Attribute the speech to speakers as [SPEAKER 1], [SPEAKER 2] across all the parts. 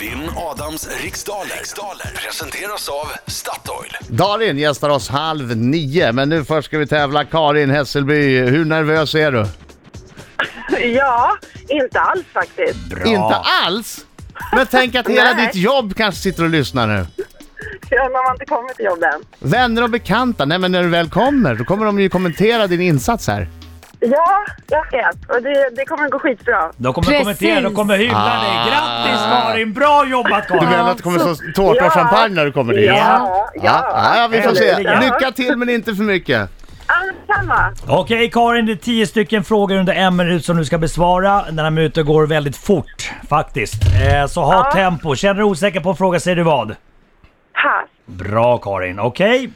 [SPEAKER 1] Vinn Adams riksdaler. riksdaler presenteras av Statoil.
[SPEAKER 2] Darin gästar oss halv nio, men nu först ska vi tävla. Karin Hässelby, hur nervös är du?
[SPEAKER 3] Ja, inte alls faktiskt.
[SPEAKER 2] Inte alls? Men tänk att hela
[SPEAKER 3] Nej.
[SPEAKER 2] ditt jobb kanske sitter och lyssnar nu.
[SPEAKER 3] Ja, man har inte kommit till jobbet än.
[SPEAKER 2] Vänner och bekanta, nej men när du väl kommer, då kommer de ju kommentera din insats här.
[SPEAKER 3] Ja, jag vet. Och det, det kommer gå skitbra.
[SPEAKER 4] De kommer Precis. kommentera, de kommer hylla dig. Grattis Karin, bra jobbat
[SPEAKER 2] Du
[SPEAKER 4] Karin!
[SPEAKER 2] menar att det kommer så tårta och
[SPEAKER 3] Ja.
[SPEAKER 2] champagne när du kommer dit?
[SPEAKER 3] Ja, ja.
[SPEAKER 2] ja, ja vi får se.
[SPEAKER 4] Äntligen.
[SPEAKER 2] Lycka till men inte för mycket.
[SPEAKER 3] Allt samma.
[SPEAKER 4] Okej Karin, det är tio stycken frågor under en minut som du ska besvara. Den här minuten går väldigt fort faktiskt. Eh, så ha tempo. Känner du dig osäker på en fråga säger du vad?
[SPEAKER 3] Pass.
[SPEAKER 4] Bra Karin, okej.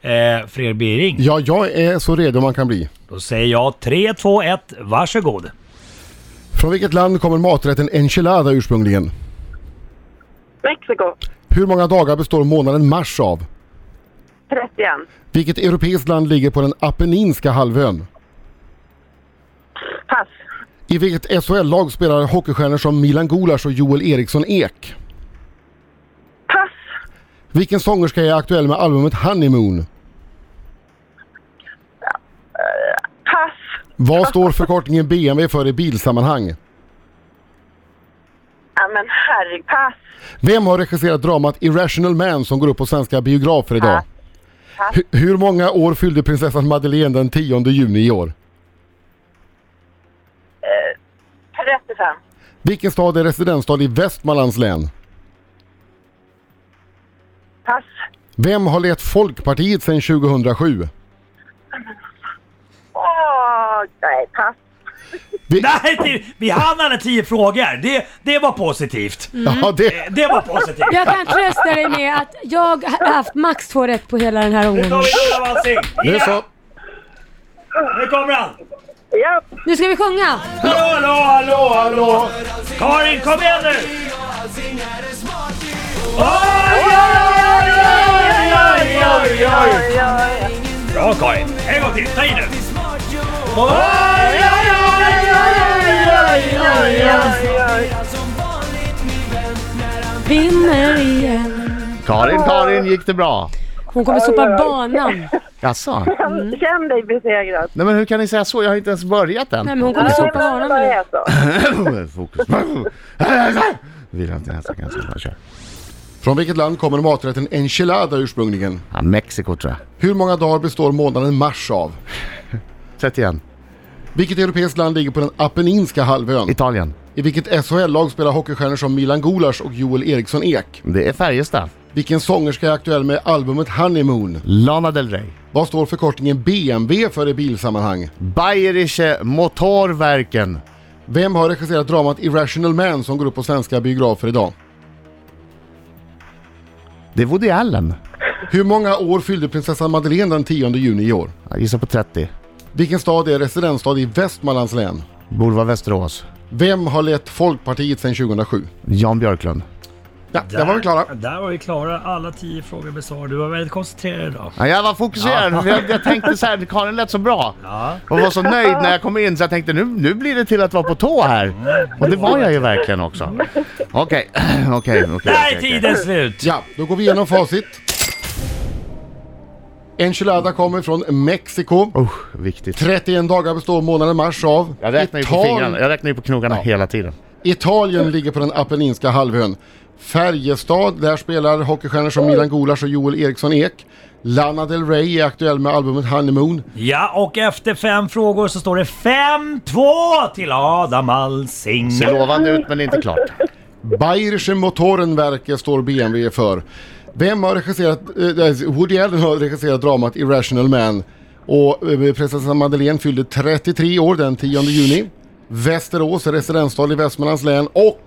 [SPEAKER 4] Eh, Fredrik Bering,
[SPEAKER 5] Ja, jag är så redo man kan bli.
[SPEAKER 4] då säger jag 3, 2, 1, varsågod.
[SPEAKER 5] Från vilket land kommer maträtten enchilada ursprungligen?
[SPEAKER 3] Mexiko.
[SPEAKER 5] Hur många dagar består månaden mars av?
[SPEAKER 3] 31.
[SPEAKER 5] Vilket europeiskt land ligger på den Apenninska halvön?
[SPEAKER 3] Pass.
[SPEAKER 5] I vilket SHL-lag spelar hockeystjärnor som Milan Gulas och Joel Eriksson Ek?
[SPEAKER 3] Pass.
[SPEAKER 5] Vilken sångerska är aktuell med albumet Honeymoon?
[SPEAKER 3] Pass.
[SPEAKER 5] Vad står förkortningen BMW för i bilsammanhang?
[SPEAKER 3] Ja, men herregud. Pass.
[SPEAKER 5] Vem har regisserat dramat Irrational Man som går upp på svenska biografer idag? Hu- hur många år fyllde prinsessan Madeleine den 10 juni i år?
[SPEAKER 3] 35.
[SPEAKER 5] Vilken stad är residensstad i Västmanlands län?
[SPEAKER 3] Pass.
[SPEAKER 5] Vem har lett Folkpartiet sedan 2007?
[SPEAKER 3] Åh, nej, pass.
[SPEAKER 4] Nej, det- vi hann alla tio frågor. Det, det var positivt.
[SPEAKER 5] Ja, det...
[SPEAKER 4] Det var positivt.
[SPEAKER 6] Jag kan trösta dig med att jag har haft max två rätt på hela den här
[SPEAKER 4] Nu tar
[SPEAKER 6] omgången.
[SPEAKER 4] vi Lola Walsing.
[SPEAKER 5] Nu så!
[SPEAKER 4] Nu kommer han!
[SPEAKER 3] Ja,
[SPEAKER 6] Nu ska vi sjunga!
[SPEAKER 4] Hallå, hallå, hallå, hallå! Karin, kom igen nu! Oj, oj, oj, oj, oj, oj! Bra Karin! En gång till, ta i nu! Oj, oj, oj, oj, oj, oj, oj.
[SPEAKER 6] Vinner igen.
[SPEAKER 2] Karin, Karin, gick det bra?
[SPEAKER 6] Hon kommer sopa banan.
[SPEAKER 2] Jaså?
[SPEAKER 3] känn, känn dig besegrad.
[SPEAKER 2] Nej men hur kan ni säga så? Jag har inte ens börjat än.
[SPEAKER 6] Nej men hon kommer sopa banan med det.
[SPEAKER 3] är så.
[SPEAKER 2] Fokus. Vila inte näsan kanske. Kör.
[SPEAKER 5] Från vilket land kommer maträtten enchilada ursprungligen?
[SPEAKER 2] Ja, Mexiko tror jag.
[SPEAKER 5] Hur många dagar består månaden mars av?
[SPEAKER 2] Sätt igen.
[SPEAKER 5] Vilket europeiskt land ligger på den Apenninska halvön?
[SPEAKER 2] Italien.
[SPEAKER 5] I vilket SHL-lag spelar hockeystjärnor som Milan Gulas och Joel Eriksson Ek?
[SPEAKER 2] Det är Färjestad.
[SPEAKER 5] Vilken sångerska är aktuell med albumet Honeymoon?
[SPEAKER 2] Lana Del Rey.
[SPEAKER 5] Vad står förkortningen BMW för i bilsammanhang?
[SPEAKER 2] Bayerische Motorwerken.
[SPEAKER 5] Vem har regisserat dramat Irrational Man som går upp på svenska biografer idag?
[SPEAKER 2] Det är Woody Allen.
[SPEAKER 5] Hur många år fyllde prinsessan Madeleine den 10 juni i år?
[SPEAKER 2] Jag gissar på 30.
[SPEAKER 5] Vilken stad är residensstad i Västmanlands län?
[SPEAKER 2] Borde vara Västerås.
[SPEAKER 5] Vem har lett Folkpartiet sedan 2007?
[SPEAKER 2] Jan Björklund.
[SPEAKER 5] Ja, där var vi klara.
[SPEAKER 4] Där var vi klara. Alla tio frågor besvarade. Du var väldigt koncentrerad idag.
[SPEAKER 2] Ja, jag var fokuserad.
[SPEAKER 4] Ja.
[SPEAKER 2] för Jag, jag tänkte så här, Karin lät så bra.
[SPEAKER 4] Ja.
[SPEAKER 2] Och var så nöjd när jag kom in så jag tänkte nu, nu blir det till att vara på tå här. Och det var jag ju verkligen också. Okej, okej, okej.
[SPEAKER 4] Där är
[SPEAKER 2] okej, okej.
[SPEAKER 4] tiden slut!
[SPEAKER 5] Ja, då går vi igenom facit. Enchilada kommer från Mexiko.
[SPEAKER 2] Usch, viktigt.
[SPEAKER 5] 31 dagar består månaden mars av.
[SPEAKER 2] Jag räknar ju på
[SPEAKER 5] Ital-
[SPEAKER 2] fingrarna, jag räknar ju på knogarna hela tiden.
[SPEAKER 5] Italien ligger på den Apenninska halvön. Färjestad, där spelar hockeystjärnor som Milan Gulas och Joel Eriksson Ek. Lana Del Rey är aktuell med albumet Honeymoon.
[SPEAKER 4] Ja, och efter fem frågor så står det 5-2 till Adam Alsing.
[SPEAKER 2] Ser lovande ut men det är inte klart.
[SPEAKER 5] Bayerische Motorenwerke står BMW för. Vem har regisserat, eh, Woody Allen har regisserat dramat Irrational Man och eh, prinsessan Madeleine fyllde 33 år den 10 juni. Västerås är residensstad i Västmanlands län och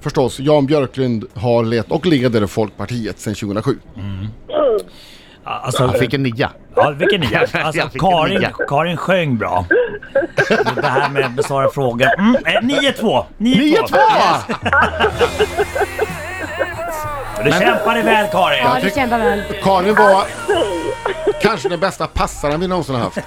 [SPEAKER 5] förstås Jan Björklund har lett och leder Folkpartiet sedan 2007.
[SPEAKER 4] Alltså,
[SPEAKER 2] Jag fick en nia.
[SPEAKER 4] ja, vilken nia. Alltså,
[SPEAKER 2] Jag fick en
[SPEAKER 4] Karin,
[SPEAKER 2] nia.
[SPEAKER 4] Karin sjöng bra. Det här med att besvara frågor. Mm, eh, 9-2. 9-2!
[SPEAKER 2] 9-2!
[SPEAKER 4] Du kämpade väl Karin.
[SPEAKER 6] Ja, du kämpar väl.
[SPEAKER 5] Karin var, Kanske den bästa passaren vi någonsin har haft.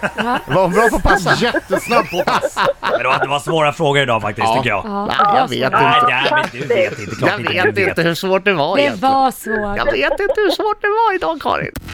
[SPEAKER 2] Var hon bra på att passa?
[SPEAKER 5] Jättesnabb på pass.
[SPEAKER 4] Men det var, det var svåra frågor idag faktiskt
[SPEAKER 2] Ja.
[SPEAKER 4] tycker jag.
[SPEAKER 6] Ja,
[SPEAKER 2] Nej, jag
[SPEAKER 6] jag
[SPEAKER 2] vet
[SPEAKER 4] Nej,
[SPEAKER 2] inte.
[SPEAKER 4] nej, men du vet inte. Klart
[SPEAKER 2] Jag vet inte hur svårt det var
[SPEAKER 6] Det
[SPEAKER 2] egentligen.
[SPEAKER 6] var svårt.
[SPEAKER 2] Jag vet inte hur svårt det var idag Karin.